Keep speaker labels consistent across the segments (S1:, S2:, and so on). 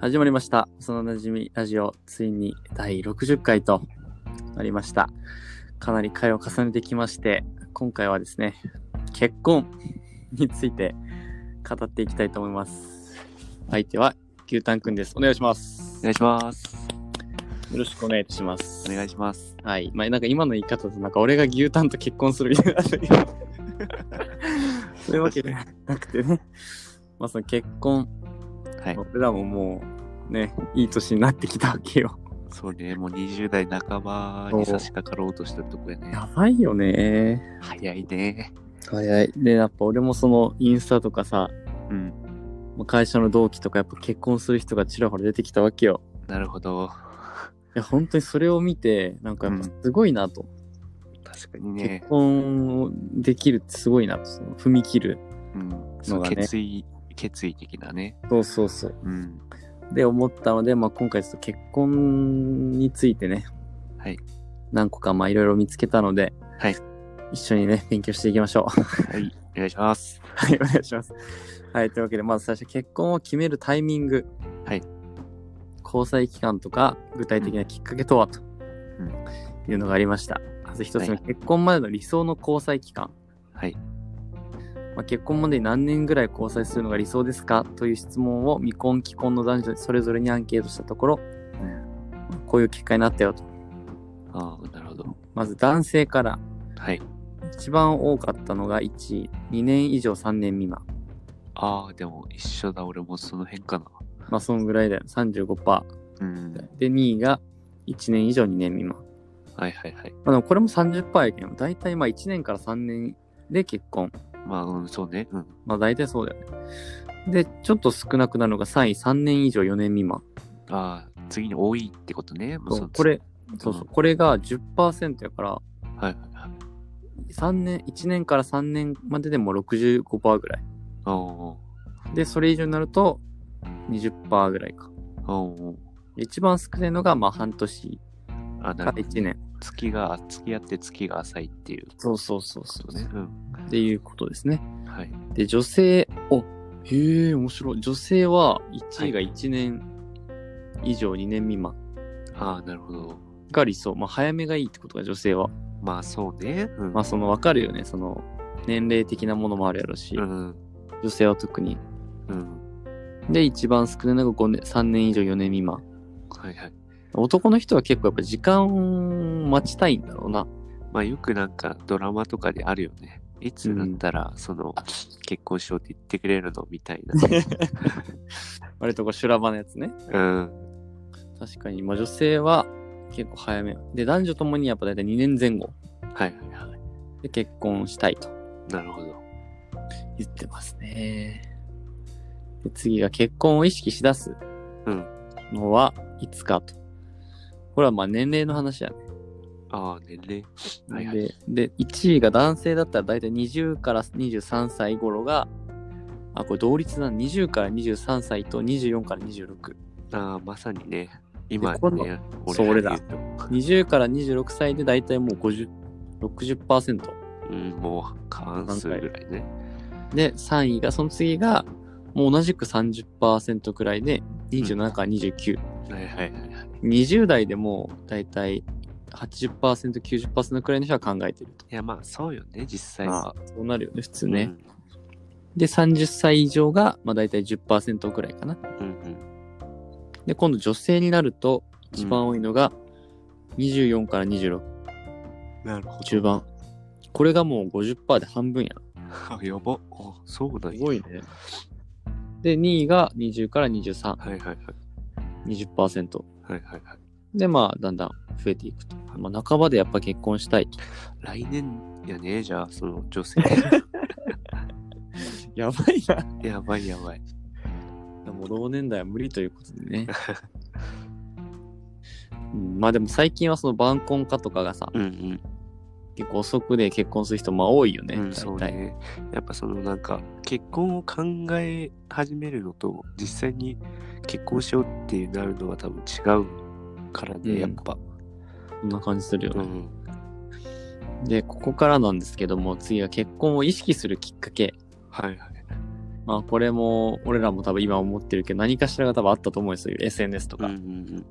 S1: 始まりました。幼なじみラジオ、ついに第60回となりました。かなり回を重ねてきまして、今回はですね、結婚について語っていきたいと思います。相手は牛タンくんです。お願いします。
S2: お願いします。
S1: よろしくお願いいたします。
S2: お願いします。
S1: はい。まあ、なんか今の言い方だと、なんか俺が牛タンと結婚するみた いな。そういうわけではなくてね。まあ、その結婚、
S2: はい。
S1: 俺らももう、ね、いい年になってきたわけよ。
S2: そうね、もう20代半ばに差し掛かろうとしてるとこや ね。
S1: やばいよね。
S2: 早いね。
S1: 早い。で、やっぱ俺もそのインスタとかさ、
S2: うん。
S1: まあ会社の同期とかやっぱ結婚する人がちらほら出てきたわけよ。
S2: なるほど。
S1: いや、本当にそれを見て、なんかやっぱすごいなと。
S2: 確かに
S1: 結
S2: ね。
S1: 婚をできるってすごいなと。その踏み切る。
S2: うん。そ
S1: の
S2: の
S1: がね
S2: 決意、決意的なね。
S1: そうそうそう。
S2: うん。
S1: で、思ったので、まあ今回ちょっと結婚についてね。
S2: はい。
S1: 何個かまあいろいろ見つけたので。
S2: はい。
S1: 一緒にね、勉強していきましょう。
S2: はい。お願いします。
S1: はい、お願いします。はい、というわけで、まず最初、結婚を決めるタイミング。
S2: はい。
S1: 交際期間とか、具体的なきっかけとは、というのがありました。まず一つ目、
S2: はい
S1: 結婚までの理想の交際期間。
S2: はい。
S1: まあ、結婚までに何年ぐらい交際するのが理想ですかという質問を未婚、既婚の男女それぞれにアンケートしたところ、こういう結果になったよと。
S2: ああ、なるほど。
S1: まず男性から、
S2: はい。
S1: 一番多かったのが1位、2年以上3年未満。
S2: ああ、でも一緒だ。俺もその辺かな。
S1: まあ、そのぐらいだよ。35%。
S2: うん。
S1: で、2位が1年以上2年未満。
S2: はいはいはい。
S1: まあ、でもこれも30%やけど、大体まあ1年から3年で結婚。
S2: まあ、うん、そうね。うん。
S1: まあ大体そうだよね。で、ちょっと少なくなるのが3位、3年以上4年未満。
S2: ああ、次に多いってことね。もう
S1: そ
S2: そう
S1: こ。れ、そうそう、
S2: うん
S1: これが10%やから、
S2: はいはいはい。
S1: 3年、1年から3年まででも65%ぐらい。
S2: お
S1: で、それ以上になると20%ぐらいか。
S2: ーおー
S1: で一番少ないのがまあ半年
S2: あ、な
S1: か
S2: るほど。
S1: 1年。
S2: 月が、付き合って月が浅いっていう。
S1: そうそうそうそ
S2: そうね。うん。
S1: っていうことですね。
S2: はい。
S1: で、女性、おへえ、面白い。女性は1位が1年以上2年未満
S2: ああ、なるほど。
S1: が理想。まあ、早めがいいってことが女性は。
S2: まあそうね。うん。
S1: まあ、その、わかるよね。その、年齢的なものもあるやろし、
S2: うん。
S1: 女性は特に。
S2: うん。
S1: で、一番少ないのが5年、3年以上4年未満。
S2: はいはい。
S1: 男の人は結構やっぱ時間を待ちたいんだろうな。
S2: まあよくなんかドラマとかであるよね。いつになったら、その、結婚しようって言ってくれるのみたい
S1: 割とこう修羅場のやつね。
S2: な。うん。
S1: 確かに、まあ女性は結構早め。で、男女ともにやっぱ大体2年前後
S2: はいはいは
S1: で結婚したいと。
S2: い。なるほど。
S1: 言ってますね。で次が結婚を意識しだす
S2: うん
S1: のはいつかと。これはまあ年齢の話やね。
S2: ああ、年齢。はいはい。
S1: でで、1位が男性だったら大体20から23歳頃が、あ、これ同率だな。20から23歳と24から26。
S2: ああ、まさにね。今
S1: でこの
S2: ね、
S1: そう俺ら
S2: で言うと
S1: 20から26歳で大体もう50、60%。
S2: うん、もう、関数ぐらいね。
S1: で、3位が、その次が、もう同じく30%くらいで、27から29。
S2: はいはいはいはい。
S1: 20代でもう大体 80%90% くらいの人は考えてると。
S2: いやまあそうよね、実際は。
S1: そうなるよね、普通ね。。で、30歳以上が、まあ、大体10%くらいかな。
S2: うんうん。
S1: で、今度女性になると、一番多いのが24から26、
S2: なるほ
S1: 中盤。これがもう50%で半分やな。
S2: あ、やば。あ、そうだ
S1: いね。で、2位が20から23、
S2: はいはいはい。
S1: 20%。
S2: はいはいはい。
S1: で、まあ、だんだん増えていくと。まあ、半ばでやっぱ結婚したいと。
S2: 来年やね、じゃあ、その女 性。
S1: やばいな。
S2: やばいやばい。
S1: もう同年代は無理ということで ね。うん、まあでも最近はその晩婚化とかがさ、
S2: うん
S1: 結構遅くで結婚する人まあ多いよね、
S2: うん。うん、そ
S1: 大
S2: う
S1: 体。
S2: ね。やっぱそのなんか、結婚を考え始めるのと、実際に結婚しようってなるのは多分違うから
S1: うん
S2: ね、やっぱ。
S1: そんな感じするよ
S2: う
S1: ね、
S2: ん。
S1: で、ここからなんですけども、次は結婚を意識するきっかけ。
S2: はいはい。
S1: まあこれも俺らも多分今思ってるけど何かしらが多分あったと思うんですよ SNS と
S2: うん
S1: か、
S2: うん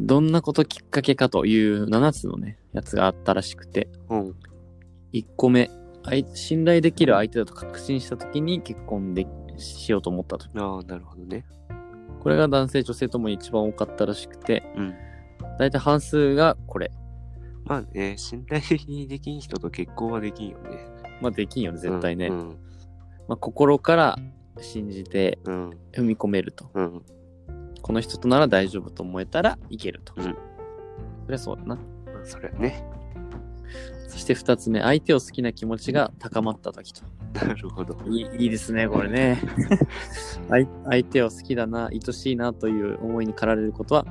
S1: どんなこときっかけかという7つのねやつがあったらしくて
S2: うん。うん。
S1: 1個目あい信頼できる相手だと確信した時に結婚でしようと思ったと
S2: ああ、なるほどね。
S1: これが男性女性ともに一番多かったらしくて
S2: うん。
S1: 大体半数がこれ
S2: まあね、信頼的にできん人と結婚はできんよね。
S1: まあできんよね絶対ね、
S2: うん。
S1: まあ、心から信じて
S2: うん。
S1: 踏み込めると
S2: うん。
S1: この人となら大丈夫と思えたらいけると、
S2: うん
S1: そりゃそうだな
S2: まあそれはね。
S1: そして2つ目相手を好きな気持ちが高まった時と
S2: なるほど。
S1: いいいいですねこれ ね相相手を好きだな愛しいなという思いに駆られることは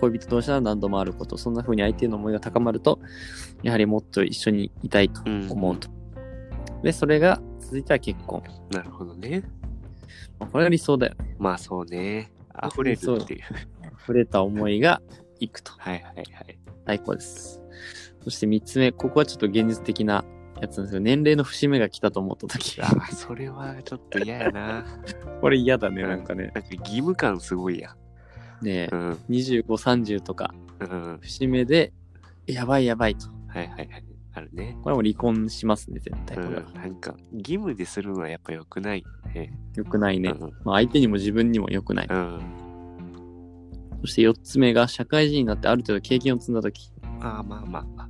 S1: 恋人同士なら何度もあることそんな風に相手への思いが高まるとやはりもっと一緒にいたいと
S2: うん
S1: 思うと、でそれが続いては結婚
S2: なるほどね。
S1: まあこれが理想だよね
S2: まあそうね。溢れるっていう。
S1: 触れた思いがいくと
S2: はいはいはい。
S1: 最高です。そして3つ目、ここはちょっと現実的なやつなんですけど、年齢の節目が来たと思った時
S2: ああ、それはちょっと嫌やな。
S1: これ嫌だね、なんかね。
S2: なんか義務感すごいや。
S1: ねえ
S2: う、ん。
S1: 25、30とか、
S2: うん。
S1: 節目で、やばいやばいと。
S2: はいはいはい。あるね。
S1: これはもう離婚しますね、絶対。
S2: う
S1: こ
S2: ん
S1: れは。
S2: なんか義務でするのはやっぱ良くないよね。
S1: 良くないね
S2: う。ん
S1: まあ、相手にも自分にも良くない。
S2: うん。
S1: そして4つ目が、社会人になってある程度経験を積んだ時。
S2: まあまあまあま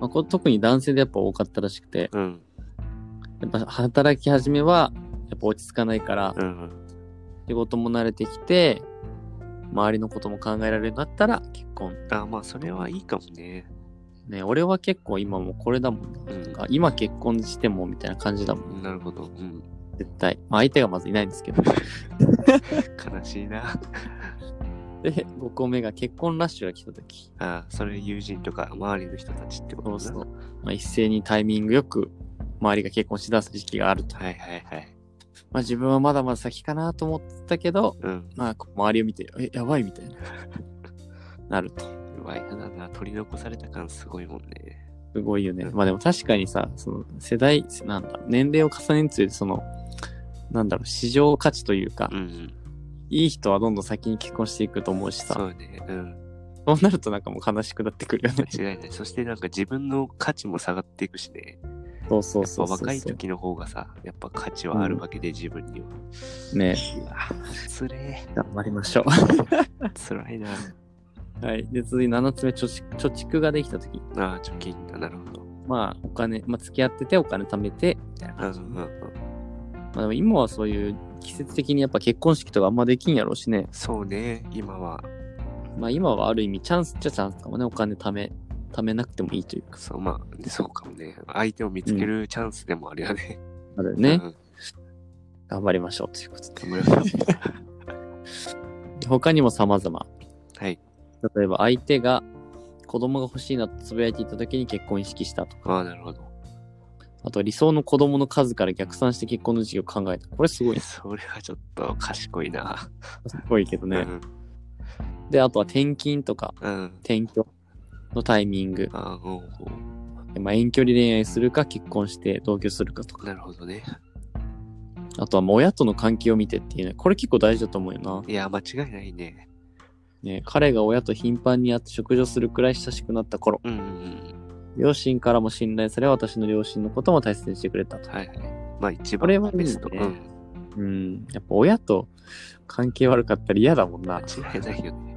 S1: まあ、これ特に男性でやっぱ多かったらしくて、
S2: あ。うん。
S1: やっぱ働き始めは、やっぱ落ち着かないから、
S2: うん。
S1: 仕事も慣れてきて、周りのことも考えられるようになったら結婚
S2: ああまあそれはいいかもね。
S1: ね、俺は結構今もうこれだもんな。
S2: うん。
S1: あ今結婚してもみたいな感じだもん、
S2: なるほど。うん。
S1: 絶対。まあ相手がまずいないんですけど。
S2: 悲しいな。
S1: で、5個目が結婚ラッシュが来た時。
S2: ああ、それ友人とか周りの人たちってこと
S1: そ
S2: な
S1: うそう。まあ、一斉にタイミングよく周りが結婚しだす時期があると。
S2: はいはいはい。
S1: まあ自分はまだまだ先かなと思ってたけど、
S2: うん。
S1: まあこう周りを見て、え、やばいみたい な。なると。
S2: うわ、嫌だな。取り残された感すごいもんね。
S1: すごいよね。まあでも確かにさ、その世代、なんだ、年齢を重ねるにつれて、その、なんだろう、市場価値というか、
S2: うん。
S1: いい人はどんどん先に結婚していくと思うしさ。
S2: そうね。うん。
S1: そうなるとなんかもう悲しくなってくるよね。
S2: 間違いない。そしてなんか自分の価値も下がっていくしね。
S1: そうそう
S2: や
S1: そ
S2: っ
S1: う
S2: ぱ
S1: そう
S2: 若い時の方がさ、やっぱ価値はあるわけで、自分には。
S1: ね
S2: うわ、つれ
S1: 頑張りましょ
S2: え。 つらいな。
S1: う。 はい。で、続いて7つ目、貯蓄貯蓄ができた時。
S2: ああ、貯金だ。なるほど。
S1: まあ、お金、まあ、付き合っててお金貯めて、みたいな
S2: う
S1: 感
S2: ん
S1: じ。
S2: うんうん。
S1: まあ、でも今はそういう季節的にやっぱ結婚式とかあんまできんやろうしね。
S2: そうね。今は、
S1: まあ、今はある意味チャンスっちゃチャンスかもね。お金貯め、貯めなくてもいいというか。
S2: そう、まあ、そうかもね。相手を見つけるチャンスでもあるよね。
S1: なのでね、
S2: うん。
S1: 頑張りましょうということで。
S2: 頑張ります
S1: で他にも様々。
S2: はい。
S1: 例えば、相手が子供が欲しいなとつぶやいていた時に結婚を意識したとか。
S2: ああ、なるほど。
S1: あと理想の子供の数から逆算して結婚の時期を考えた。これすごいね、
S2: それはちょっと賢いな。
S1: すごいけどね
S2: う。ん。
S1: で、あとは転勤とか
S2: うん。
S1: 転居のタイミング。
S2: ああ、ほうほう。
S1: まあ、遠距離恋愛するか結婚して同居するかとか。
S2: なるほどね。
S1: あとはもう親との関係を見てっていうね。これ結構大事だと思うよな。
S2: いや、間違いないね。
S1: ね、彼が親と頻繁に会って食事をするくらい親しくなった頃。
S2: うんうん
S1: 両親からも信頼され私の両親のことも大切にしてくれた
S2: う
S1: と
S2: ん。。はいはい。まあ、一
S1: これは
S2: 番
S1: いいね
S2: ベスト。うん。
S1: うん。やっぱ親と関係悪かったら嫌だもんな。
S2: 間違いないよね。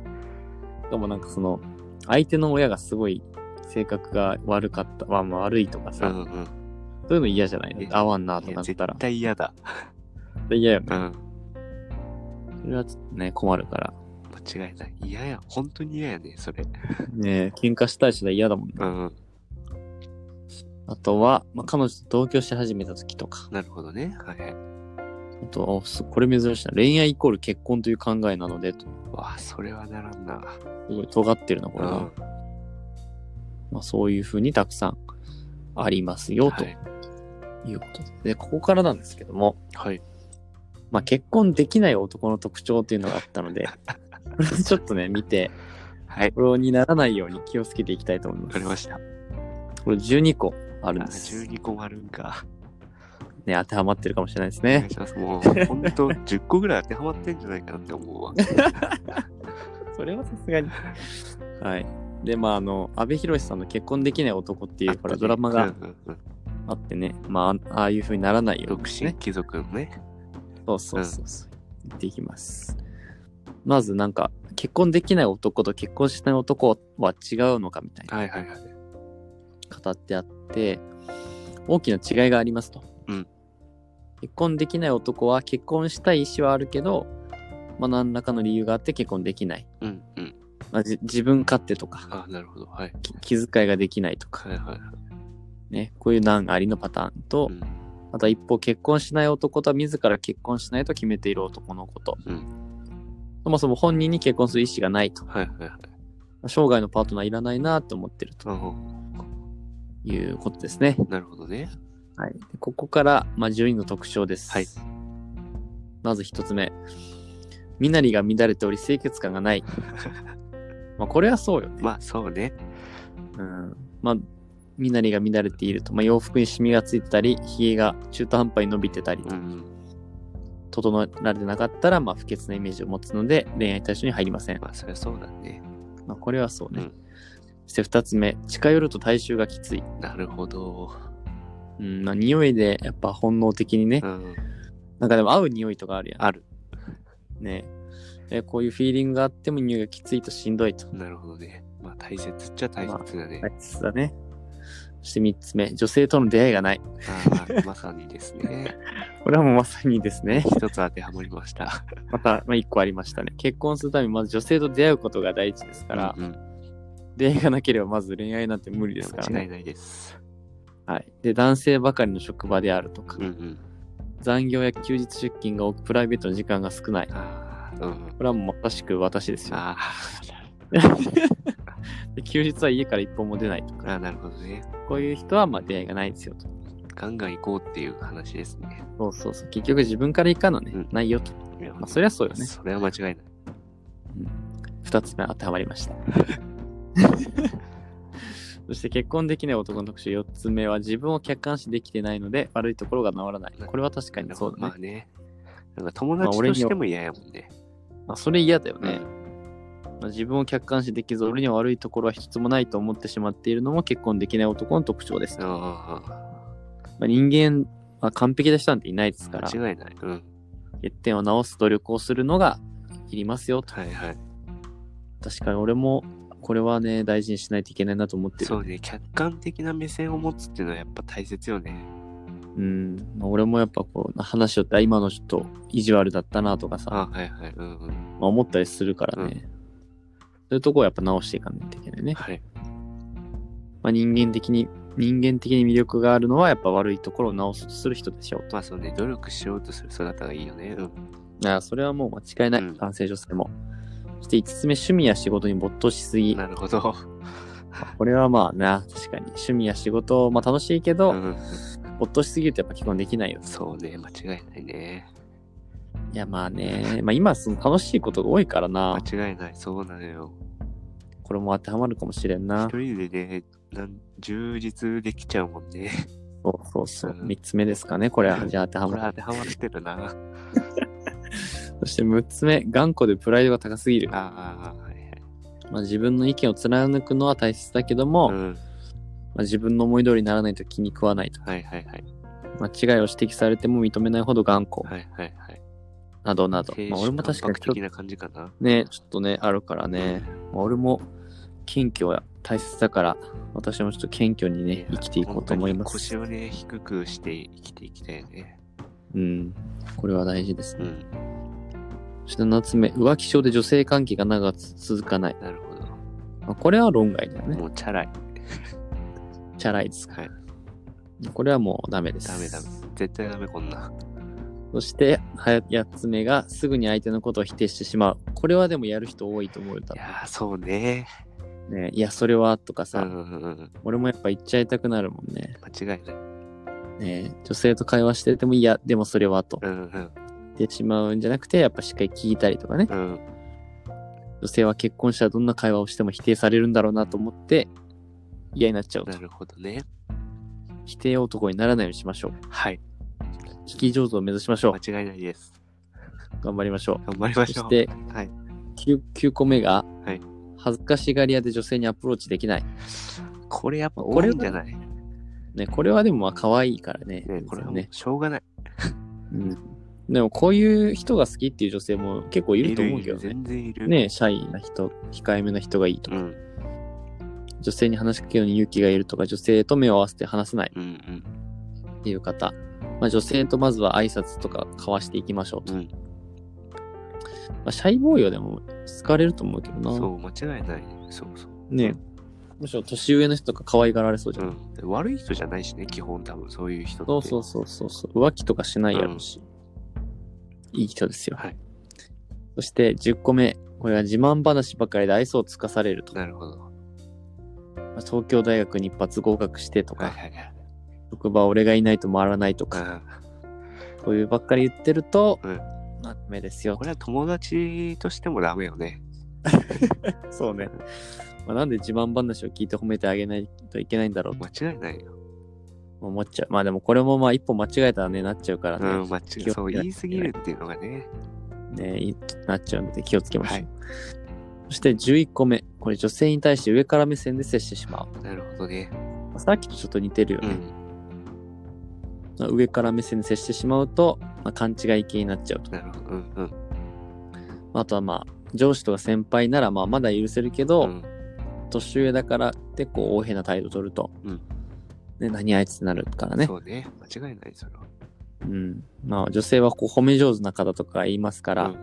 S1: しかもなんかその相手の親がすごい性格が悪かった、まあ、まあ悪いとか
S2: う
S1: さ、
S2: んうん。
S1: そういうの嫌じゃない
S2: いや
S1: 合わんなとか
S2: いや
S1: なった
S2: 絶
S1: ら
S2: 対嫌だ。
S1: 嫌よね。
S2: うん。
S1: それはちょっとね困るから。
S2: 間違いない。嫌や。本当に嫌やね、それ。
S1: ねえ喧嘩したりしたら嫌だもんね。
S2: うん。
S1: あとは、まあ、彼女と同居し始めた時とか。
S2: なるほどね。はいはい。
S1: あとおすこれ珍しいな。恋愛イコール結婚という考えなのでという
S2: わあ、それはならんな。
S1: すごい尖ってるなこ
S2: う
S1: れ
S2: ん。
S1: は、
S2: は
S1: まあ、そういうふうにたくさんありますよと
S2: い。
S1: いうことで,、でここからなんですけども、
S2: はい。
S1: まあ、結婚できない男の特徴っていうのがあった のでこれちょっとね見て
S2: はい。
S1: これにならないように気をつけていきたいと思います。
S2: わかりました。あ
S1: これ12個あるんです。
S2: 12個もあるんか。
S1: ね、当てはまってるかもしれないです
S2: お願
S1: ね
S2: い。します。もう、ほんと、10個ぐらい当てはまってんじゃないかなって思うわ。
S1: それはさすがに。 はい。で、まあ、あの、阿部寛さんの結婚できない男っていう、ほら、ドラマ
S2: うん
S1: が
S2: うんうん
S1: あってね、まあ、あああいう風にならないよう
S2: 独
S1: に
S2: 身
S1: ね。
S2: 貴族のね。
S1: そうそうそうそう。言っていきます。まず、なんか、結婚できない男と結婚しない男は違うのかみたいな
S2: はいはいはい。
S1: 語ってあって、大きな違いがありますと。
S2: うん
S1: 結婚できない男は結婚したい意思はあるけど、まあ、何らかの理由があって結婚できない。
S2: うんうん。
S1: まあ、じ自分勝手とか、
S2: あ、なるほど。はい。
S1: き気遣いができないとか、
S2: はいはいはい。
S1: ね、こういう難ありのパターンと、
S2: うん
S1: また一方結婚しない男とは自ら結婚しないと決めている男のこと、
S2: うん
S1: そもそも本人に結婚する意思がないと
S2: はいはいはい。
S1: 生涯のパートナーいらないなと思ってると
S2: うん
S1: いうことですね、
S2: なるほどね。
S1: はい、でここから、まあ、順位の特徴です、
S2: はい
S1: まず一つ目身なりが乱れており清潔感が ないまあこれはそうよね、
S2: まあ、そうね。
S1: うんまあ身なりが乱れていると、まあ、洋服にシミがついてたりひげが中途半端に伸びてたりと、
S2: うん。
S1: 整えられてなかったら、まあ、不潔なイメージを持つので恋愛対象に入りません、
S2: まあ、そりゃそうだね。
S1: まあ、これはそうね、
S2: うん
S1: そして2つ目近寄ると体臭がきつい、
S2: なるほど。
S1: うんまあ、匂いでやっぱ本能的にね、
S2: うん。
S1: なんかでも合う匂いとかあるや
S2: ある。
S1: んねえこういうフィーリングがあっても匂いがきついとしんどいと
S2: なるほどね。まあ、大切っちゃ大切だね。
S1: 大切だねそして3つ目女性との出会いがない
S2: あ あ、まさにですね。
S1: これはもうまさにですね
S2: 一つ当てはまりました。
S1: また、まあ、1個ありましたね結婚するためにまず女性と出会うことが第一ですから、
S2: うんうん
S1: 出会いがなければまず恋愛なんて無理ですから
S2: 間違
S1: ね
S2: いないです。
S1: はい、で男性ばかりの職場であるとか、
S2: うんうん。
S1: 残業や休日出勤が多くプライベートの時間が少ないこ
S2: ああ、うん。
S1: れはもうまさしく私ですよ
S2: あ
S1: で休日は家から一歩も出ないと
S2: ー
S1: か
S2: あー、なるほどね。
S1: こういう人はまあ出会いがないんですよと
S2: ガンガン行こうっていう話ですね。
S1: そうそうそう結局自分から行かのね、
S2: うん
S1: ないよと、
S2: いや
S1: まあ、そりゃそうよね
S2: それは間違いない。
S1: 2つ目当てはまりました そして結婚できない男の特集4つ目は自分を客観視できてないので悪いところが治らないこれは確かにそうだね
S2: まあ、ね。なんか友達としても嫌やもんね。
S1: まあ、それ嫌だよね、まあ自分を客観視できず俺には悪いところは一つもないと思ってしまっているのも結婚できない男の特徴です、
S2: う
S1: ま
S2: んうん
S1: あ、人間は完璧な人なんていないですから
S2: うん。間違いない。うん。
S1: 欠点を直す努力をするのがいりますよと
S2: はいはい。
S1: 確かに俺もこれはね大事にしないといけないなと思ってる
S2: そうね。客観的な目線を持つっていうのはやっぱ大切よね。
S1: うん、まあ俺もやっぱこう話しよって今のちょっと意地悪だったなとかさ
S2: あはいはい。うんうん。
S1: まあ思ったりするからね、そういうとこをやっぱ直していかないといけないね、
S2: はい。
S1: まあ、人間的に人間的に魅力があるのはやっぱ悪いところを直すとする人でしょう
S2: まあそうね。努力しようとする姿がいいよね。うん。
S1: ああそれはもう間違いない、
S2: うん
S1: 男性女性も。そして5つ目、趣味や仕事に没頭しすぎ。
S2: なるほど。
S1: これはまあな、確かに。趣味や仕事、まあ楽しいけど、
S2: うん。
S1: 没頭しすぎるとやっぱ結婚できないよ。
S2: そうね。間違いないね。
S1: いやまあね、まあ今その楽しいことが多いからな、
S2: 間違いない。そうなのよ。
S1: これも当てはまるかもしれんな
S2: 一。人でね、なん充実できちゃうもんね。
S1: そうそうそう。
S2: うん
S1: 3つ目ですかね、これは。じゃあ当ては
S2: これ
S1: ま
S2: 当
S1: る。
S2: てはまってるな。
S1: そして6つ目、頑固でプライドが高すぎる。
S2: ああ、はい
S1: まあ自分の意見を貫くのは大切だけども、
S2: はい。う
S1: ま
S2: ん。
S1: あ自分の思い通りにならないと気に食わないと。
S2: はいはいはい。
S1: 間違いを指摘されても認めないほど頑固。
S2: はいはいはい。
S1: などなど。
S2: 亭
S1: まあ、
S2: 主
S1: 俺も確か
S2: 関
S1: に
S2: 白
S1: ちょっ
S2: 的な感じかな。
S1: とね、ちょっとね、あるからね。まあ、俺も謙虚は大切だから、私もちょっと謙虚にね、生きていこうと思いま
S2: 本当
S1: す。
S2: に腰をね、低くして生きていきたいよね。
S1: うん。これは大事です
S2: う
S1: ね。
S2: ん。
S1: そして7つ目、浮気症で女性関係が長く続かない。
S2: なるほど。
S1: まあ、これは論外だよね。
S2: もうチャラい。
S1: チャラいですか
S2: はい。
S1: ら。これはもうダメです。
S2: ダメダメ。絶対ダメこんな。
S1: そして、8つ目が、すぐに相手のことを否定してしまう。これはでもやる人多いと思うよ、多
S2: いやー、そうね。
S1: 分ね。いや、それは、とか
S2: う
S1: さ、
S2: んうんうん。
S1: 俺もやっぱ言っちゃいたくなるもんね。
S2: 間違いない。
S1: ね、女性と会話してても、いや、でもそれはと
S2: うんうん
S1: 言ってしまうんじゃなくて、やっぱしっかり聞いたりとかね、
S2: うん。
S1: 女性は結婚したらどんな会話をしても否定されるんだろうなと思って、嫌になっちゃうと
S2: な。るほどね。
S1: 否定男にならないようにしましょう。
S2: はい。
S1: 聞き上手を目指しましょ
S2: 間違いないです。
S1: う。頑張りましょ
S2: 頑張りま
S1: う。
S2: し
S1: そ
S2: ょう。
S1: して、
S2: はい。
S1: 9, 9個目が、
S2: はい
S1: 恥ずかしがり屋で女性にアプローチできない。
S2: これやっぱ
S1: こ
S2: 多
S1: れ
S2: い
S1: は
S2: んじゃないね
S1: ね、これはでもまあ可愛いからね。
S2: これはもう
S1: ね、
S2: しょうがない。
S1: うん。でもこういう人が好きっていう女性も結構いると思うけどね。
S2: 全然いる。。
S1: ね、シャイな人、控えめな人がいいと
S2: う
S1: か、
S2: ん。
S1: 女性に話しかけるのに勇気がいるとか、女性と目を合わせて話せない
S2: うんうん。
S1: っていう方、まあ、女性とまずは挨拶とか交わしていきましょうと。
S2: うん
S1: まあ、シャイボーイはでも好かれると思うけど
S2: そ
S1: な。
S2: う、間違いない。そうそう。
S1: ねむしろ年上の人とか可愛がられそうじゃん。
S2: うん。で悪い人じゃないしね、基本多分、そういう人って。
S1: そうそうそうそうそう。浮気とかしないやろうし。いい人ですよ。
S2: はい
S1: そして10個目。これは自慢話ばかりで愛想をつかされると。
S2: なるほど。
S1: まあ東京大学に一発合格してとか、
S2: はいはいはい。
S1: 職場は俺がいないと回らないとか、
S2: あ
S1: そういうばっかり言ってると、
S2: うん
S1: まあ、ダメですよ
S2: こ。れは友達としてもダメよね。
S1: そうね。まあ、なんで自慢話を聞いて褒めてあげないといけないんだろうと
S2: 間違いないよ。
S1: 思っちゃう。まあでもこれもまあ一歩間違えたらね、なっちゃうから
S2: うん、
S1: ね。
S2: 間違い。そう、言いすぎるっていうのがね。
S1: ねいなっちゃうので気をつけましょう。
S2: はい
S1: そして11個目。これ女性に対して上から目線で接してしまう。
S2: なるほどね。
S1: まあさっきとちょっと似てるよ
S2: う
S1: ね。
S2: ん。
S1: まあ上から目線で接してしまうと、まあ、勘違い系になっちゃうと。
S2: なるほど。うんうん。
S1: あとはまあ、上司とか先輩ならまあまだ許せるけど、
S2: うん
S1: 年上だからってこう、横柄な態度取ると、
S2: うん
S1: ね、何あいつってなるからね。
S2: そうね。間違いない、それは。
S1: うん。まあ、女性はこう褒め上手な方とか言いますから、
S2: うん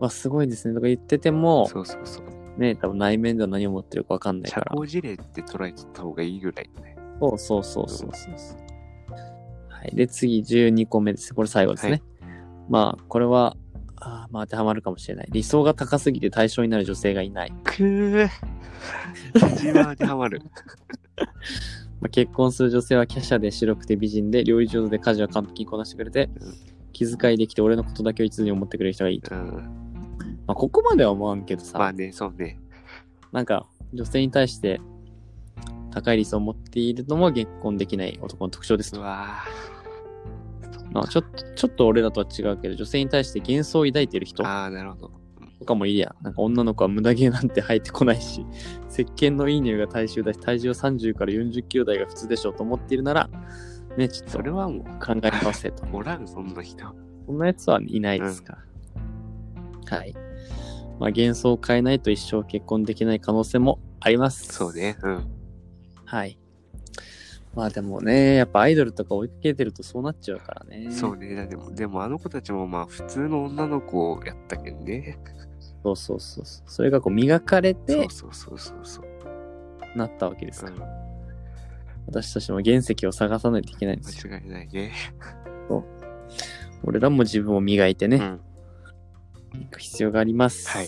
S1: わ、すごいですねとか言ってても、
S2: そうそうそう。
S1: ね、多分内面では何を持ってるかわかんないか
S2: 社
S1: ら。
S2: 交辞令って捉えとった方がいいぐらいね。
S1: そうそうそうそうそうそう。はい。で、次、12個目です。これ最後ですね。まあ、これは、あーまあ、当てはまるかもしれない。理想が高すぎて対象になる女性がいない。
S2: くー。一番当てはまる。
S1: まあ、結婚する女性は華奢で白くて美人で、料理上手で家事は完璧にこなしてくれて
S2: うん、
S1: 気遣いできて俺のことだけを一途に思ってくれる人がいいと。
S2: うん。
S1: まあ、ここまでは思わんけどさ、
S2: まあね、そうね。
S1: なんか、女性に対して高い理想を持っているのも結婚できない男の特徴です
S2: う
S1: と。
S2: わ
S1: まあ、ちょっと、ちょっと俺らとは違うけど、女性に対して幻想を抱いている人
S2: ー。ああ、なるほど。
S1: とかもいいや。なんか女の子は無駄毛なんて生えてこないし、石鹸のいい匂いが体臭だし、体重は30から40キロ台が普通でしょうと思っているなら、ね、ちょっと
S2: それはも
S1: 考え直せと。
S2: う、おらん、そんな人。
S1: そんなやつはいないですから。はい。まあ幻想を変えないと一生結婚できない可能性もあります。
S2: そうね。うん。
S1: はい。まあでもね、やっぱアイドルとか追いかけてるとそうなっちゃうからね。
S2: そうね。だってでも、でもあの子たちもまあ、普通の女の子やったけんね。
S1: そうそうそうそう。それがこう磨かれ
S2: そ
S1: て
S2: うそうそうそうそう。
S1: なったわけです
S2: う
S1: から。
S2: ん、
S1: 私たちも原石を探さないといけないんですよ。
S2: 間違いないね。
S1: 俺らも自分を磨いてね、
S2: うん。
S1: 行く必要があります。
S2: はい。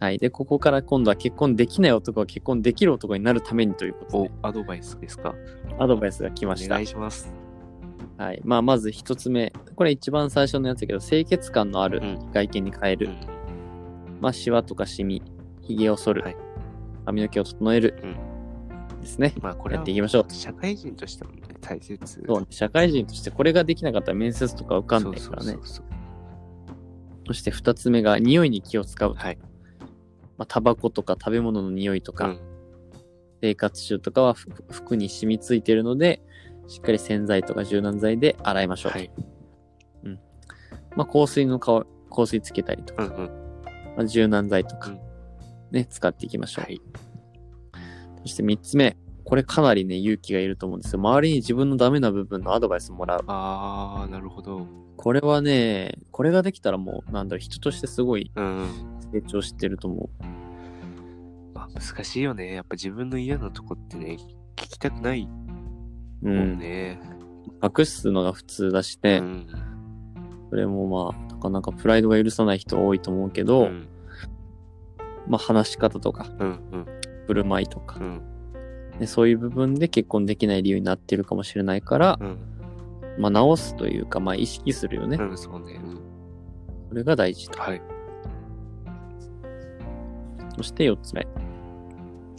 S1: はい。で、ここから今度は結婚できない男が結婚できる男になるためにということ
S2: お
S1: で、、
S2: アドバイスですか
S1: アドバイスが来
S2: お
S1: ました
S2: 願い。します。
S1: はい。まあ、まず一つ目。これ一番最初のやつだけど、清潔感のある
S2: うん
S1: 外見に変え
S2: う
S1: る。
S2: ん。
S1: まあ、シワとかシミ、髭を剃る。
S2: はい
S1: 髪の毛を整える。ですね。
S2: まあ、これ
S1: やっ
S2: は
S1: ていきましょう。
S2: 社会人としてもね大切。
S1: そうね、社会人としてこれができなかったら面接とか受かんないからね。そ
S2: そうそうそうそう
S1: して二つ目が匂いに気を使う。
S2: はい。
S1: まあ、タバコとか食べ物の匂いとか、
S2: うん
S1: 生活臭とかはふ服に染みついているので、しっかり洗剤とか柔軟剤で洗いましょう。
S2: はい。
S1: まあ、香水の香香水つけたりとか、
S2: うんうん。
S1: まあ、柔軟剤とか、
S2: うん
S1: ね、使っていきましょう。
S2: はい。
S1: そして三つ目。これかなりね、勇気がいると思うんですよ。周りに自分のダメな部分のアドバイスもらう。
S2: ああ、なるほど。
S1: これはね、これができたらもう、なんだろう、人としてすごい
S2: うん。
S1: 成長してると思う。
S2: まあ、難しいよね。やっぱ自分の嫌なとこってね、聞きたくないも
S1: うんん。
S2: ね。
S1: 隠すのが普通だし
S2: う
S1: ね、
S2: ん。
S1: それもまあ、なかなかプライドが許さない人多いと思うけ
S2: う
S1: ど、
S2: ん。
S1: まあ話し方とか、
S2: うん。うん。
S1: 振る舞いとか
S2: う、ん。
S1: ねそういう部分で結婚できない理由になってるかもしれないから、
S2: うん。
S1: まあ直すというか、まあ意識するよね。
S2: うん。そうね。うん。
S1: それが大事と。
S2: はい。
S1: そして4つ目。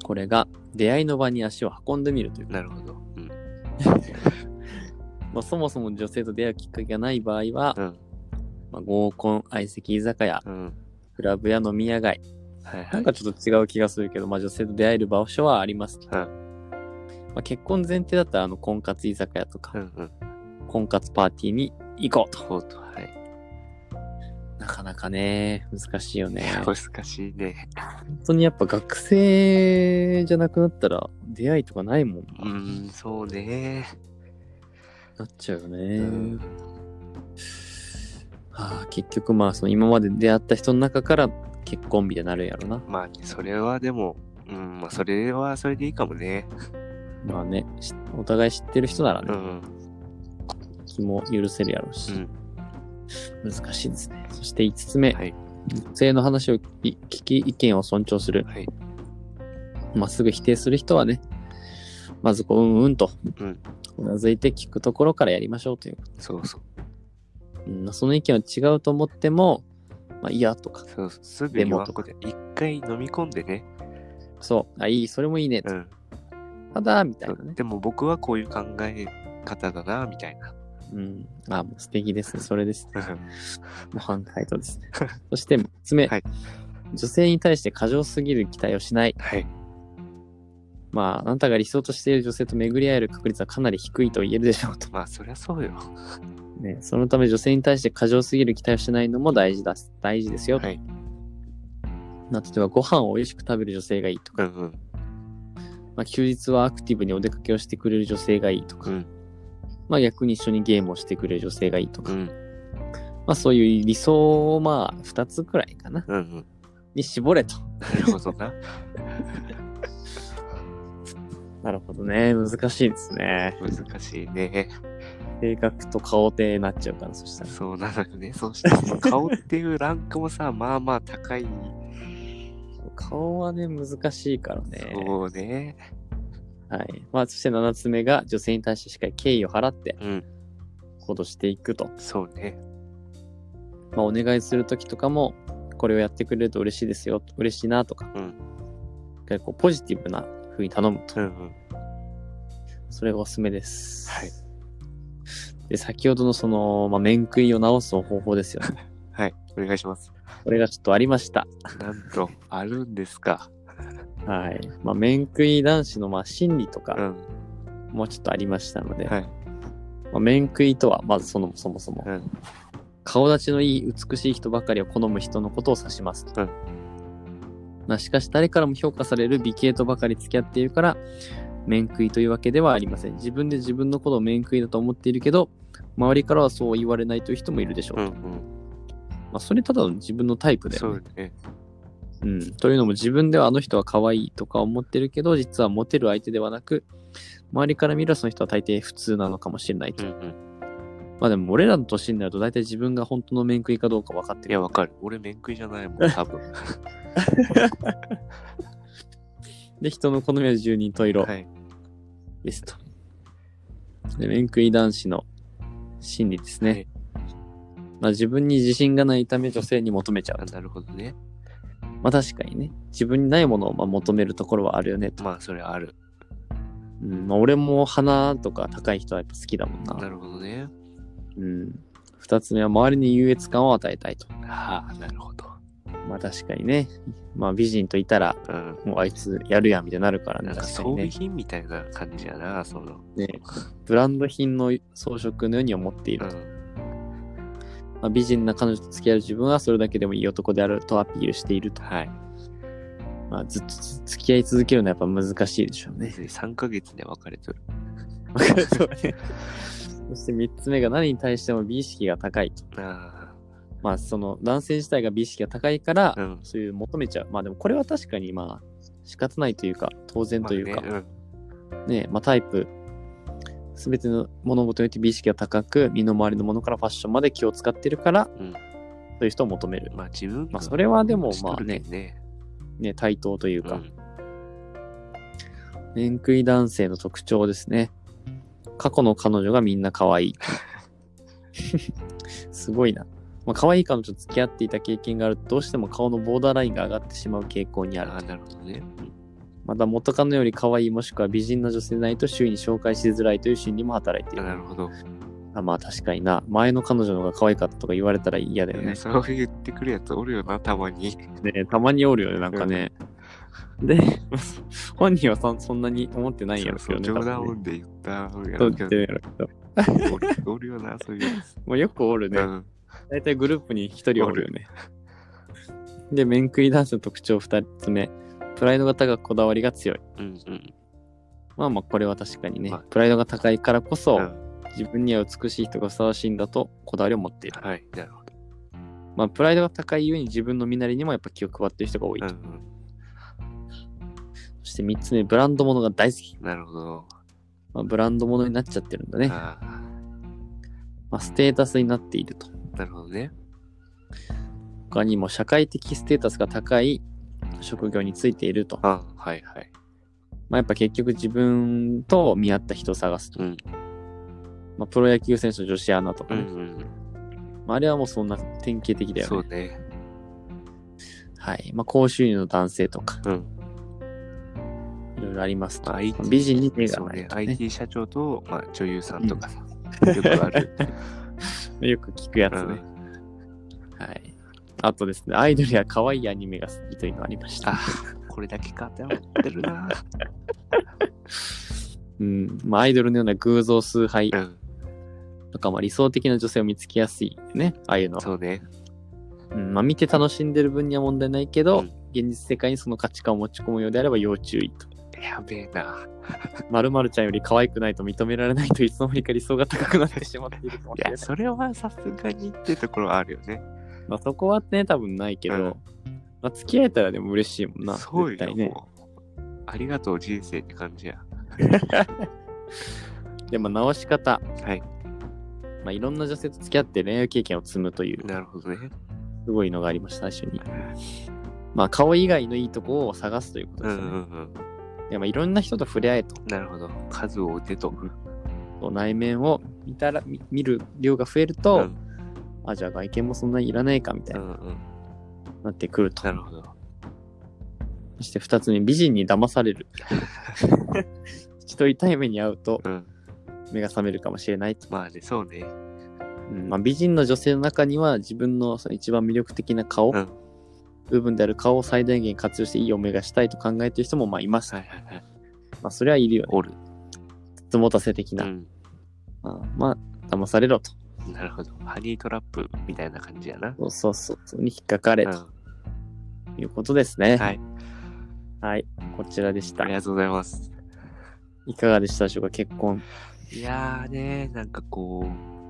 S1: これが、出会いの場に足を運んでみるという。
S2: なるほど。うん。
S1: ままあ、そもそも女性と出会うきっかけがない場合は、
S2: うん
S1: まあ、合コン、相席居酒屋、
S2: うん
S1: クラブや飲み屋街、
S2: はいは
S1: ないんかちょっと違う気がするけど、まあ、女性と出会える場所はありますけど、
S2: うん
S1: まあ、結婚前提だったらあの婚活居酒屋とか、
S2: うんうん
S1: 婚活パーティーに行こうと。
S2: そうとはい
S1: なかなかね、難しいよね。
S2: 難しいね
S1: 本当にやっぱ学生じゃなくなったら出会いとかないもん
S2: うーんそうね
S1: なっちゃうよね。
S2: うん
S1: はあ、結局まあその今まで出会った人の中から結婚日でなるんやろな。
S2: まあそれはでもうんまあそれはそれでいいかもね
S1: まあね、しお互い知ってる人なら
S2: う
S1: ね、
S2: ん
S1: 気も許せるやろう
S2: う
S1: し、
S2: ん
S1: 難しいですね。そして5つ目、
S2: はい
S1: 女性の話を聞き聞き意見を尊重する。
S2: はい
S1: まあすぐ否定する人はね、まずこう、うんうんと、
S2: うん
S1: うなずいて聞くところからやりましょうという。
S2: そうそう
S1: うん、その意見は違うと思っても、まあ、いやとか、
S2: そうそうすぐ
S1: で
S2: に
S1: も
S2: わんこで一回飲み込んでね
S1: そう、あ、いい、それもいいね、
S2: うん
S1: ただ、みたい
S2: そ
S1: な
S2: う
S1: ね。
S2: でも僕はこういう考え方だなみたいな
S1: うん。あ、もう素敵ですね。それですね。
S2: うん
S1: 模範解答です ね。そして3つ目、
S2: はい
S1: 女性に対して過剰すぎる期待をしない。
S2: はい
S1: まあ、あなたが理想としている女性と巡り合える確率はかなり低いと言えるでしょうと。
S2: まあそりゃそうよ
S1: ね、そのため女性に対して過剰すぎる期待をしないのも大事だす。大事ですよ。
S2: はい
S1: まあ例えば、ご飯を美味しく食べる女性がいいとか、
S2: うんうん
S1: まあ、休日はアクティブにお出かけをしてくれる女性がいいとか、
S2: うん
S1: まあ、逆に一緒にゲームをしてくれる女性がいいとか、
S2: うん
S1: まあ、そういう理想をまあ2つくらいかな
S2: うんうん
S1: に絞れと。
S2: なるほどな
S1: なるほどね。難しいですね。
S2: 難しいね
S1: 性格と顔手になっちゃうから、そしたら。
S2: そうなのよねそしてその顔っていうランクもさまあまあ高い、
S1: 顔はね、難しいからね。
S2: そうね
S1: はい。まあ、そして7つ目が、女性に対してしっかり敬意を払って
S2: うん
S1: 行動していくと。
S2: そうね
S1: まあ、お願いするときとかも、これをやってくれると嬉しいですよ、嬉しいなとか、
S2: うん
S1: 結構ポジティブな風に頼むと。
S2: うんうん
S1: それがおすすめです。
S2: はい。
S1: で、先ほどのその、まあ、面食いを直す方法ですよ ね。
S2: はいお願いします
S1: これがちょっとありました。
S2: なんとあるんですか
S1: はい。まあ、面食い男子の、まあ、心理とか、
S2: うん
S1: もうちょっとありましたので、
S2: はい
S1: まあ、面食いとはまずそのそもそも、
S2: うん
S1: 顔立ちのいい美しい人ばかりを好む人のことを指しますと、
S2: うん
S1: まあ、しかし誰からも評価される美形とばかり付き合っているから面食いというわけではありません自分で自分のことを面食いだと思っているけど周りからはそう言われないという人もいるでしょう、
S2: うん
S1: ま
S2: うん
S1: あ、それただの自分のタイプだ
S2: そ
S1: よね
S2: うね
S1: うん、というのも自分ではあの人は可愛いとか思ってるけど実はモテる相手ではなく周りから見るその人は大抵普通なのかもしれないと、
S2: うんうん
S1: まあでも俺らの年になると大体自分が本当の面食いかどうか分かって
S2: い
S1: る
S2: やわかる俺面食いじゃないもん多 分
S1: で人の好みは十人十色
S2: はい
S1: ですと、で面食い男子の心理ですね、
S2: はい
S1: まあ自分に自信がないため女性に求めちゃ
S2: あ
S1: うと
S2: なるほどね
S1: まあ確かにね自分にないものをまあ求めるところはあるよねと、
S2: まあそれある
S1: うんまあ、俺も鼻とか高い人はやっぱ好きだもん
S2: な
S1: な、
S2: るほどね
S1: うん、二つ目は周りに優越感を与えたいと
S2: はあなるほど
S1: まあ確かにねまあ美人といたら
S2: うん
S1: もうあいつやるやんみたいになるからね
S2: なんか
S1: 確か
S2: 装
S1: にね
S2: 備品みたいな感じやな、その。
S1: ね、ブランド品の装飾のように思っていうる、
S2: ん。
S1: まあ、美人な彼女と付き合う自分はそれだけでもいい男であるとアピールしていると、
S2: はい。
S1: まあ、ずっとつ付き合い続けるのはやっぱ難しいでしょう ね。
S2: 3ヶ月で別れとる。
S1: わかるそね そして3つ目が何に対しても美意識が高いと。
S2: あ
S1: まあその男性自体が美意識が高いから
S2: あ。うん。
S1: そういう求めちゃう。まあでもこれは確かにまあ仕方ないというか当然というか、
S2: まあね
S1: ねまあ、タイプ全ての物事において美意識が高く身の回りのものからファッションまで気を使ってるから、
S2: うん
S1: そういう人を求める
S2: う、んまあ自分
S1: まあ、それはでもまあね
S2: ね。
S1: ね対等という
S2: う
S1: か、
S2: ん。
S1: 面食い男性の特徴ですね過去の彼女がみんな可愛い すごいな、まあ、可愛い彼女と付き合っていた経験があるとどうしても顔のボーダーラインが上がってしまう傾向にある
S2: ああ、なるほどね。
S1: また元カノより可愛いもしくは美人な女性でないと周囲に紹介しづらいという心理も働いてい
S2: あ
S1: る。
S2: なるほど、
S1: あまあ確かにな。前の彼女の方が可愛かったとか言われたら嫌だよね。
S2: そう言ってくるやつおるよなたまに
S1: ねたまにおるよね、なんかね。で、本人はそそんなに思ってないんやろうけどね。
S2: そうそう冗談
S1: 多分ね
S2: 音で言ったおるや
S1: そう
S2: ろ
S1: 言
S2: け
S1: っ
S2: ど
S1: てるんやろうけど。
S2: おるおるよなそういうやつ、
S1: もうよくお るね
S2: う。ん
S1: 大体グループに一人おるよね。で、面食い男子の特徴二つ目。プライドが高くこだわりが強い。
S2: うんうん
S1: まあまあ、これは確かにね
S2: はい。
S1: プライドが高いからこそ、
S2: うん
S1: 自分には美しい人がふさわしいんだとこだわりを持っている。
S2: はいなるほど
S1: まあ、プライドが高いゆえに自分の身なりにもやっぱ気を配っている人が多い。
S2: うんうん
S1: そして3つ目、ブランド物が大好き。
S2: なるほど
S1: まあ、ブランド物になっちゃってるんだね。
S2: ああ
S1: まあ、ステータスになっていると。
S2: なるほどね
S1: 他にも社会的ステータスが高い職業についていると。
S2: あはいはい
S1: まあ、やっぱ結局自分と見合った人を探すと。
S2: うん
S1: まあ、プロ野球選手の女子アナと
S2: う
S1: か
S2: んう
S1: ね。
S2: ん
S1: まあ、あれはもうそんな典型的だよ
S2: そ
S1: ね。
S2: うね
S1: はい。まあ、高収入の男性とか、
S2: うん
S1: いろいろありますと。
S2: まあ IT
S1: 美人に目が
S2: そう
S1: ない
S2: ね
S1: とかね
S2: IT 社長と、まあ、女優さんとかさ、よくあ る、
S1: よく聞くやつ
S2: う
S1: ね。
S2: ん、
S1: はい。あとですね、アイドルや可愛いアニメが好きというのがありました。
S2: あこれだけ偏ってる な
S1: うん。まあ、アイドルのような偶像崇拝
S2: うん
S1: とか、まあ、理想的な女性を見つけやすいよね。ああいうのは。
S2: そうね
S1: うん、まあ、見て楽しんでる分には問題ないけど、
S2: うん
S1: 現実世界にその価値観を持ち込むようであれば要注意と。
S2: やべえな
S1: まるまるちゃんより可愛くないと認められないといつの間にか理想が高くなってしまっているかもし
S2: い
S1: れ
S2: や
S1: ない。
S2: それはさすがにってところはあるよね
S1: まあ、そこはね、多分ないけど、
S2: うん
S1: まあ、付き合えたらでも嬉しいもんな。
S2: そう
S1: 絶
S2: よ、
S1: 対ね。
S2: もうありがとう人生って感じや
S1: でも、直し方。
S2: はい
S1: まあ、いろんな女性と付き合って恋愛経験を積むという、
S2: なるほどね
S1: すごいのがありました、最初に。まあ、顔以外のいいとこを探すということ
S2: う
S1: で
S2: ん
S1: す
S2: う
S1: ね。
S2: んうん
S1: でまあ、いろんな人と触れ合えと、
S2: なるほど数を打てと
S1: 内面を見たら見見る量が増える
S2: う
S1: と、
S2: ん
S1: あ、じゃあ外見もそんなにいらないかみたいうな、
S2: んうん
S1: なってくると。
S2: なるほど
S1: そして二つ目、美人に騙され る。一人痛い目に遭うと
S2: うん
S1: 目が覚めるかもしれないと。
S2: まあねそうね
S1: うんまあ、美人の女性の中には自分のその一番魅力的な顔、
S2: うん
S1: 部分である顔を最大限活用していいお目がしたいと考えている人もまあいます。
S2: はいはいはい
S1: まあ、それはいるよね。
S2: おる
S1: つつもたせ的
S2: う
S1: な。
S2: ん
S1: まあ、まあ、騙されろと。
S2: なるほどハニートラップみたいな感じやな
S1: そうそうそう。それに引っかかれ
S2: うん
S1: ということですね。
S2: はい
S1: はい。こちらでし
S2: あ
S1: た
S2: り。がとうございます
S1: いかがでしたでしょうか、結婚。
S2: いやーねなんかこ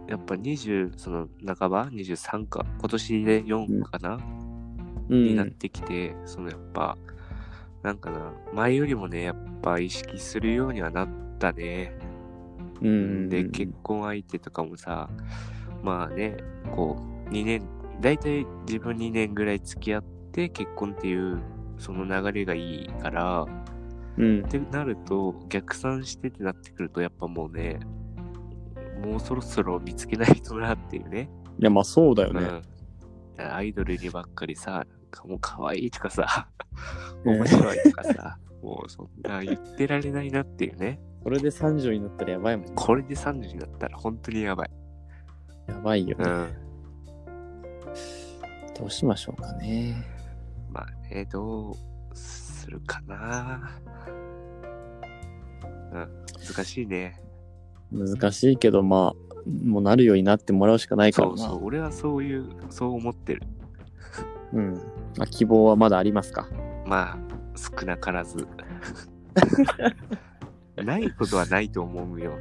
S2: うやっぱ20その半ば23か今年で4かな、
S1: う
S2: になっ
S1: ん。
S2: てきて、そのやっぱなんかな前よりもねやっぱ意識するようにはなったね、
S1: うん。
S2: で結婚相手とかもさまあねこう2年大体自分2年ぐらい付き合って結婚っていうその流れがいいから
S1: うん
S2: っ。てなると逆算してってなってくるとやっぱもうねもうそろそろ見つけないとなっていうね
S1: いや、まあそうだよ
S2: う
S1: ね。
S2: んアイドルにばっかりさ、なんかもう可愛いと かさ、
S1: うん
S2: 面白いとか さ、もうそんな言ってられないなっていうね。
S1: これで30になったらやばいもん。
S2: これで30になったら本当にやばい。
S1: やばいよ
S2: う
S1: ね。
S2: ん。
S1: どうしましょうかね。
S2: まあね、どうするかな。うん、難しいね。
S1: 難しいけど、まあ、もうなるようになってもらうしかないから
S2: そ
S1: な。
S2: うそう、俺はそういう、そう思ってる。
S1: うん。まあ、希望はまだありますか。
S2: まあ、少なからず。 ないことはないと思うよ。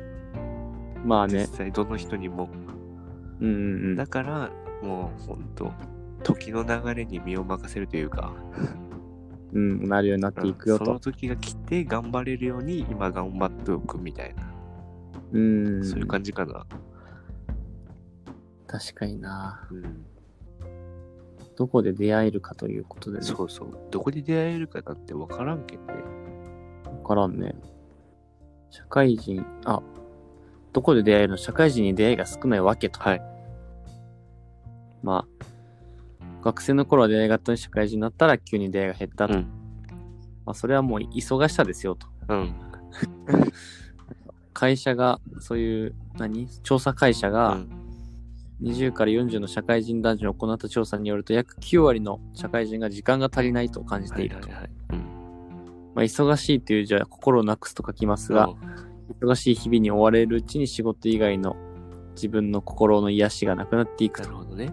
S1: まあ
S2: 実
S1: ね。
S2: 際、どの人にも。
S1: うんうんうん
S2: だ。からもう本当時の流れに身を任せるというか、
S1: うん、なるようになっていくよ
S2: その
S1: と。
S2: 時が来て頑張れるように今頑張っておくみたいな、
S1: うん。
S2: そういう感じかな、
S1: 確かにな。
S2: うん、
S1: どこで出会えるかということでね。
S2: そうそうどこで出会えるかなんて分からんけんね
S1: わからんね。社会人、あ、どこで出会えるの社会人に出会いが少ないわけと。
S2: はい
S1: まあ、学生の頃は出会いがあったのに社会人になったら急に出会いが減ったと。
S2: うん
S1: まあ、それはもう忙しさですよと。
S2: うん。
S1: 会社が、そういう、何調査会社
S2: う
S1: が、
S2: ん
S1: 20から40の社会人男女を行った調査によると、約9割の社会人が時間が足りないと感じ
S2: は
S1: てい
S2: い
S1: る
S2: はい
S1: と。
S2: はい。うん。
S1: まあ、忙しいという字は心をなくすと書きますが、忙しい日々に追われるうちに仕事以外の自分の心の癒しがなくなっていく
S2: な
S1: と
S2: る。ほどね。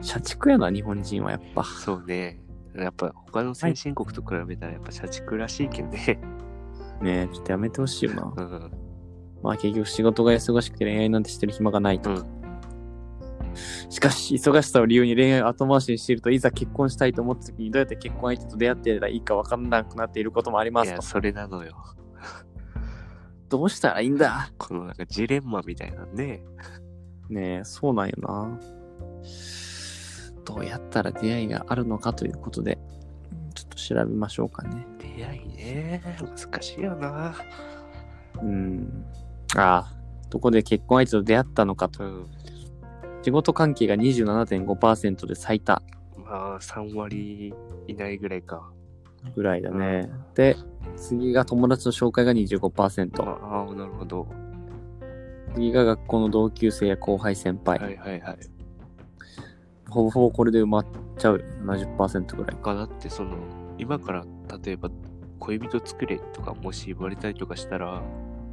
S1: 社畜やな、日本人はやっぱ。
S2: そうね。やっぱ他の先進国と比べたらやっぱ社畜らしいけどね。
S1: ねえ、ちょっとやめてほしいよな
S2: う。ん。
S1: まあ結局仕事が忙しくて恋愛なんてしてる暇がないと。
S2: うん。
S1: しかし、忙しさを理由に恋愛を後回しにしていると、いざ結婚したいと思った時にどうやって結婚相手と出会っていればいいか分かんなくなっていることもありま
S2: い
S1: す
S2: や、
S1: と。
S2: それなのよ。
S1: どうしたらいいんだ
S2: このなんかジレンマみたいなね。
S1: ねえ、そうなんよな。どうやったら出会いがあるのかということで、ちょっと調べましょうかね。
S2: 出会いね。難しいよな。
S1: うん。ああ、どこで結婚相手と出会ったのかと。
S2: うん。
S1: 仕事関係が27.5%で最多
S2: まあ、3割いないぐらいか。
S1: ぐらいだね。で、次が友達の紹介が
S2: あ
S1: 25%。
S2: あー、なるほど。
S1: 次が学校の同級生や後輩先輩。
S2: はいはいはい。
S1: ほぼほぼこれで埋まっちゃうよ。70%ぐらい。
S2: がだってその今から例えば恋人作れとかもし言われたりとかしたら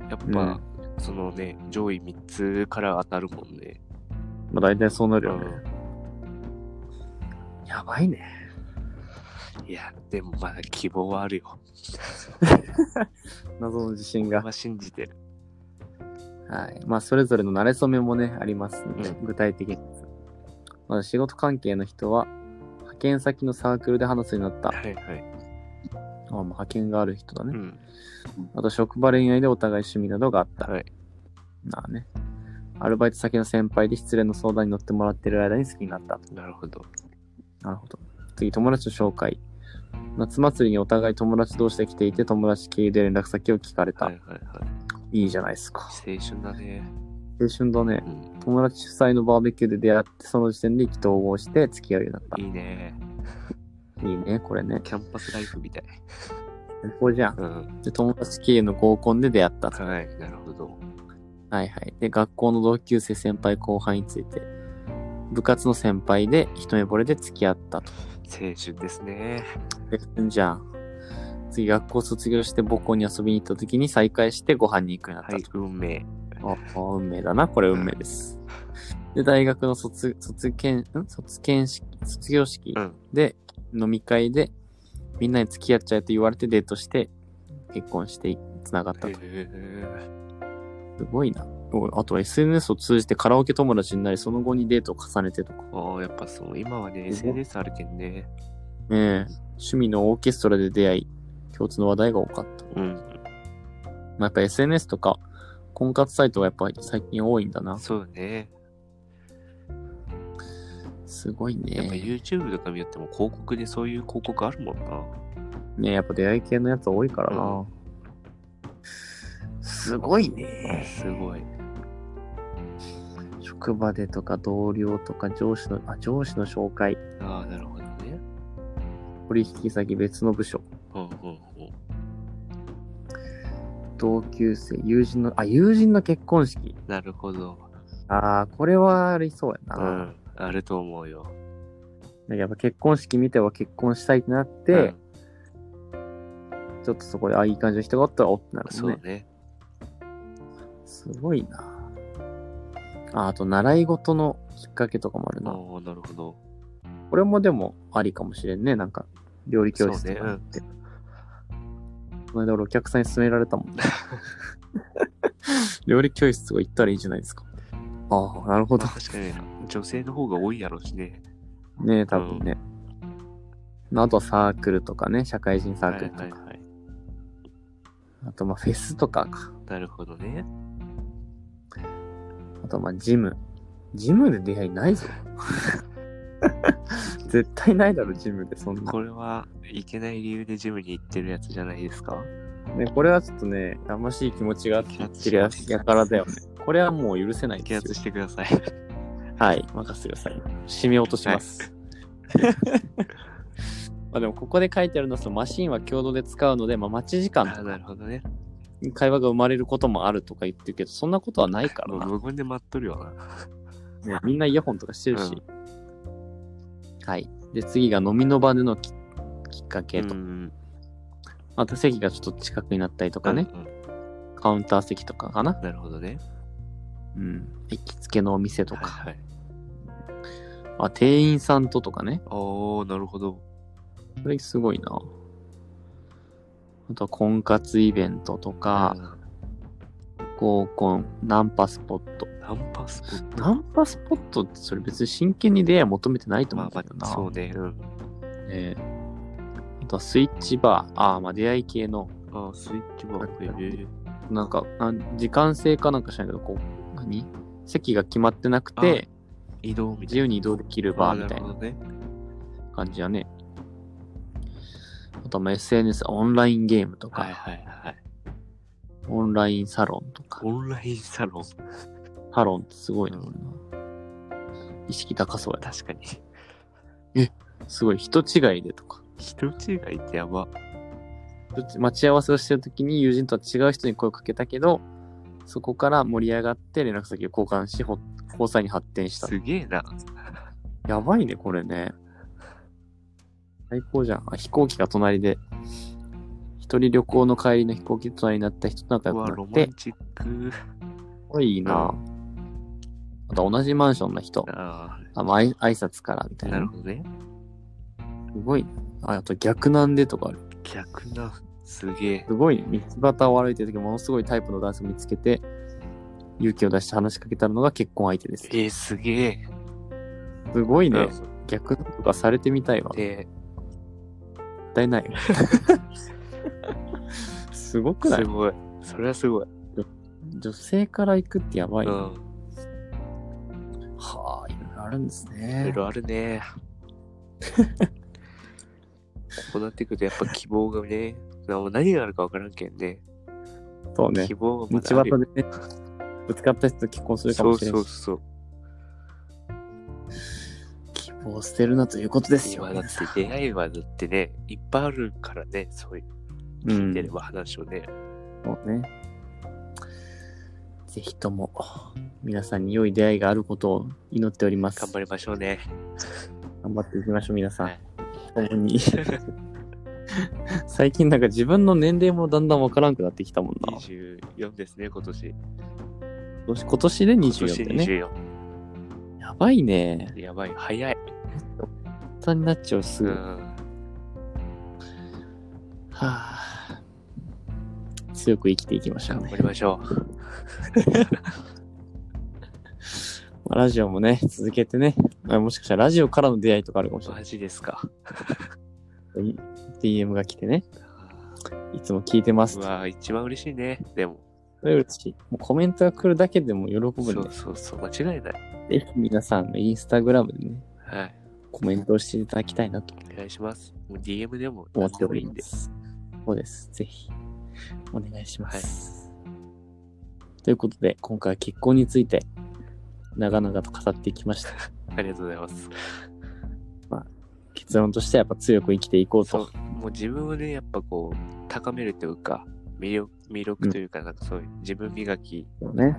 S2: やっぱ、
S1: うん
S2: そのね上位3つから当たるもんね。
S1: まあ大体そうなるよね。
S2: う
S1: やばいね。
S2: んいやでもまだ希望はあるよ。
S1: 謎の自信が
S2: ま。あ信じてる。
S1: はい。まあ、それぞれの慣れ初めもね、ありますので、
S2: う
S1: 具体的に。まあ、仕事関係の人は、派遣先のサークルで話すようになった。あ
S2: はいはい。
S1: まあ派遣がある人だ
S2: う
S1: ね。
S2: ん。
S1: あと、職場恋愛でお互い趣味などがあった。
S2: はい。
S1: まあね。アルバイト先の先輩で失恋の相談に乗ってもらってる間に好きになった。
S2: なるほど。
S1: なるほど。次、友達の紹介。夏祭りにお互い友達同士で来ていて、友達経由で連絡先を聞かれた。
S2: はいはいはい
S1: いじゃないですか。
S2: い。青春だね。
S1: 青春だね。
S2: うん。
S1: 友達主催のバーベキューで出会って、その時点で意気投合して付き合うようになった。
S2: いいね。
S1: いいね、これね。
S2: キャンパスライフみたい。
S1: 最高じゃん。
S2: うん。
S1: で、友達経由の合コンで出会ったと。
S2: はい。なるほど。
S1: はいはい。で、学校の同級生、先輩、後輩について。部活の先輩で一目惚れで付き合ったと。
S2: 青春ですね。
S1: じゃあ、次学校卒業して母校に遊びに行った時に再会してご飯に行くように
S2: は
S1: ないっ。
S2: 運命。
S1: たと。ああ運命だな。これ運命です。で、大学の卒、卒検、ん卒検式、卒業式
S2: うん
S1: で、飲み会で、みんなに付き合っちゃえと言われてデートして、結婚して、繋がったと
S2: へ。え。
S1: すごいな。おあと SNS を通じてカラオケ友達になり、その後にデートを重ねてとか。
S2: ああ、やっぱそう、今はね、SNS あるけんね。
S1: ねえ趣味のオーケストラで出会い、共通の話題が多かった。
S2: うん。
S1: まあ、やっぱ SNS とか、婚活サイトがやっぱり最近多いんだな。
S2: そうね。
S1: すごい
S2: やっぱ
S1: ね。
S2: YouTube とか見よっても広告でそういう広告あるもんな。
S1: ねえやっぱ出会い系のやつ多いからな。
S2: う
S1: すごいね。
S2: すごい。
S1: 職場でとか同僚とか上司の、あ、上司の紹介、
S2: ああ、なるほどね。
S1: 取引先別の部署、
S2: うんうんうん。
S1: 同級生、友人の、あ、友人の結婚式。
S2: なるほど。
S1: ああ、これはありそうや
S2: う
S1: な。
S2: ん。あると思うよ。
S1: なんかやっぱ結婚式見ては結婚したいってなって、ちょっとそこで、あ、いい感じの人がおったらおってな
S2: うん、
S1: る
S2: そ
S1: もん
S2: う
S1: ね。
S2: ね。
S1: すごいな。ああと、習い事のきっかけとかもあるな。
S2: ああ、なるほど。
S1: これもでもありかもしれんね。なんか、料理教室とか行って。この間俺お客さんに勧められた もん。料理教室とか行ったらいいじゃないですか。ああ、なるほど
S2: まあ、。確かに、女性の方が多いやろうしね。
S1: ねえ、多分ね。あとはサークルとかね、社会人サ
S2: は
S1: ーク
S2: い
S1: ルとか。
S2: はいはい。
S1: あとまあフェスとかか。
S2: なるほどね。
S1: あとまあジム。ジムで出会いないぞ。 絶対ないだろ、ジムでそんな。
S2: これはいけない理由でジムに行ってるやつじゃないですか
S1: ね、これはちょっとね、やましい気持ちがあって言ってるややからだよね。これはもう許せない
S2: 啓
S1: です
S2: 発
S1: よ。
S2: してくだ さい。
S1: はい、任せてください。締め落とします。 まあ、でもここで書いてあるのはそのマシンは共同で使うので、まあ、待ち時
S2: あ
S1: 間
S2: ーなるほどね。
S1: に会話が生まれることもあるとか言ってるけどそんなことはないから
S2: も
S1: な
S2: う無言で待っとるよな。
S1: ねみんなイヤホンとかしてるし、はいで次が飲みの場でのききっかけと、
S2: うん
S1: また席がちょっと近くになったりとかね、
S2: うんうん
S1: カウンター席とかかな
S2: なるほどね。
S1: うん行きつけのお店とか、
S2: はいはい。
S1: あ店員さんととかね
S2: おー、なるほど。
S1: それすごいなあとは婚活イベントとか、
S2: うん
S1: 合コンナンパスポット
S2: ナンパスポット。
S1: ナンパスポットってそれ別に真剣に出会い求めてないと思
S2: ま
S1: う
S2: あ
S1: んだ
S2: ま
S1: けどな。
S2: あ、そうね。うん。
S1: ええあとはスイッチバー。ああ、まあ出会い系の、
S2: あー、スイッチもある。へー
S1: なんか、なん時間制かなんかしないけど、こう、何席が決まってなくて、
S2: 移動みた
S1: 自
S2: いな。
S1: 由に移動できるバーみたい
S2: あー
S1: な
S2: るほどね。
S1: 感じだね。あとはまあ SNS、オンラインゲームとか、
S2: はいはいはい。
S1: オンラインサロンとか、
S2: オンラインサロン。
S1: サロンってすごいな、
S2: うん
S1: 俺な。意識高そうや
S2: 確かに。
S1: な。すごい、人違いでとか。
S2: 人違いってやば。
S1: 待ち合わせをしてるときに友人とは違う人に声をかけたけど、そこから盛り上がって連絡先を交換し、ほ交際に発展した。
S2: すげえな。
S1: やばいね、これね。最高じゃん。あ飛行機が隣で、一人旅行の帰りの飛行機で隣になった人と仲
S2: う
S1: 良
S2: わ、
S1: くな
S2: ロ
S1: っ
S2: マ
S1: て
S2: ン、チック。
S1: おいいな。あと同じマンションの人、
S2: ああ、
S1: あまあ、あい挨拶からみたい
S2: な
S1: な。
S2: る
S1: す
S2: ほどね。
S1: ごいね。ああと逆なんでとかある。
S2: 逆な、すげえ。
S1: すごいね。道端を歩いてるとき、ものすごいタイプの男性を見つけて、勇気を出して話しかけたのが結婚相手です。
S2: えー、すげえ。
S1: すごいね。
S2: うん
S1: 逆とかされてみたいわ。絶
S2: で、
S1: 対ない わ。すごくない
S2: すごい。それはすごい。
S1: 女性から行くってやばい、
S2: う
S1: ね
S2: ん。
S1: はあ、いろいろあるんです
S2: いろい
S1: ね。
S2: ろある ね。こうなってくると、やっぱ希望がね、もう何があるか分からんけんね。
S1: そうね
S2: 希。望が
S1: 道
S2: ま
S1: 端
S2: だあるよ
S1: でね、ぶつかった人と結婚するか
S2: そ
S1: も
S2: う
S1: しれ
S2: そ
S1: ないうし。
S2: そう。
S1: 希望を捨てるなということですよ
S2: 今。だって出会いはだってね、いっぱいあるからね、そういう、
S1: う
S2: 聞い
S1: ん
S2: てれ。ば話をね。
S1: そうね。ぜひとも、皆さんに良い出会いがあることを祈っております。
S2: 頑張りましょうね。
S1: 頑張っていきましょう、皆さん。
S2: はい
S1: 共に。 最近なんか自分の年齢もだんだんわからんくなってきたもんな。
S2: 24ですね、今年。
S1: 今年今年で
S2: 今年
S1: 24でね。やばいね。
S2: 24。やばい、早い。
S1: 負担になっちゃう、す
S2: う
S1: ぐ。は
S2: ん。
S1: あ。強く生きていきましょう
S2: 頑
S1: ね
S2: 張。りましょう。
S1: まあラジオもね、続けてね。まあもしかしたらラジオからの出会いとかあるかもしれない。
S2: マジですか。
S1: DM が来てね。いつも聞いてます
S2: う
S1: と。
S2: わ、一番嬉しいね。でも、
S1: それ嬉しい。もうコメントが来るだけでも喜ぶん
S2: そ
S1: で
S2: う。そうそう、間違いない。
S1: ぜひ皆さん、インスタグラムでね、
S2: はい。
S1: コメントをしていただきたいなと
S2: お願いします。もう DM でも
S1: 思っ
S2: 何
S1: て
S2: で
S1: お
S2: もい
S1: り
S2: いん
S1: ま
S2: で。
S1: す。そうです。ぜひ、お願いします。ということで、今回は結婚について、長々と語ってきま した。
S2: ありがとうございます。
S1: 結論としてはやっぱ強く生きていこう
S2: そう
S1: と。
S2: もう自分をね、やっぱこう、高めるというか、魅力魅力というか、なんかそういう自分磨き、
S1: ね。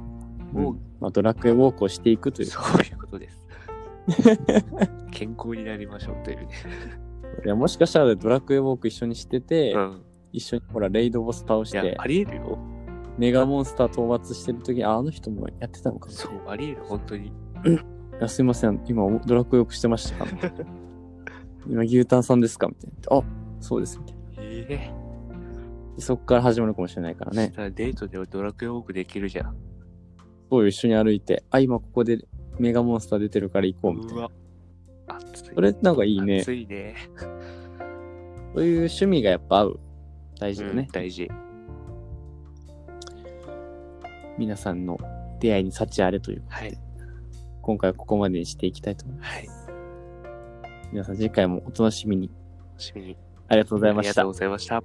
S2: もう
S1: うんまあ、ドラクエウォークをしていくという、
S2: そういうこと です。健康になりましょうというね。
S1: いやもしかしたらドラクエウォーク一緒にしてて、
S2: うん。
S1: 一緒にほらレイドボス倒し
S2: いや
S1: て、
S2: ありえるよ。
S1: メガモンスター討伐してる時ああの人もやってたのかな
S2: そう、ありえる、本当に。
S1: いやすいません今ドラクエウォークしてましたか 今牛タンさんですかみたいなあそうですみたいな
S2: ええ
S1: でそこから始まるかもしれないからね
S2: したらデートでドラクエウォークできるじゃん。
S1: そういう一緒に歩いてあ今ここでメガモンスター出てるから行こうみたいうな
S2: わ。熱い。
S1: それなんかいいね
S2: 熱いね。
S1: そういう趣味がやっぱ合う大事だ
S2: うん
S1: ね、
S2: 大事。
S1: 皆さんの出会いに幸あれということで、
S2: はい
S1: 今回はここまでにしていきたいと思います
S2: はい。
S1: 皆さん次回もお楽しみに
S2: 楽しみに。
S1: ありがとうござい
S2: あ
S1: ま
S2: り
S1: し
S2: が
S1: た
S2: とうございました。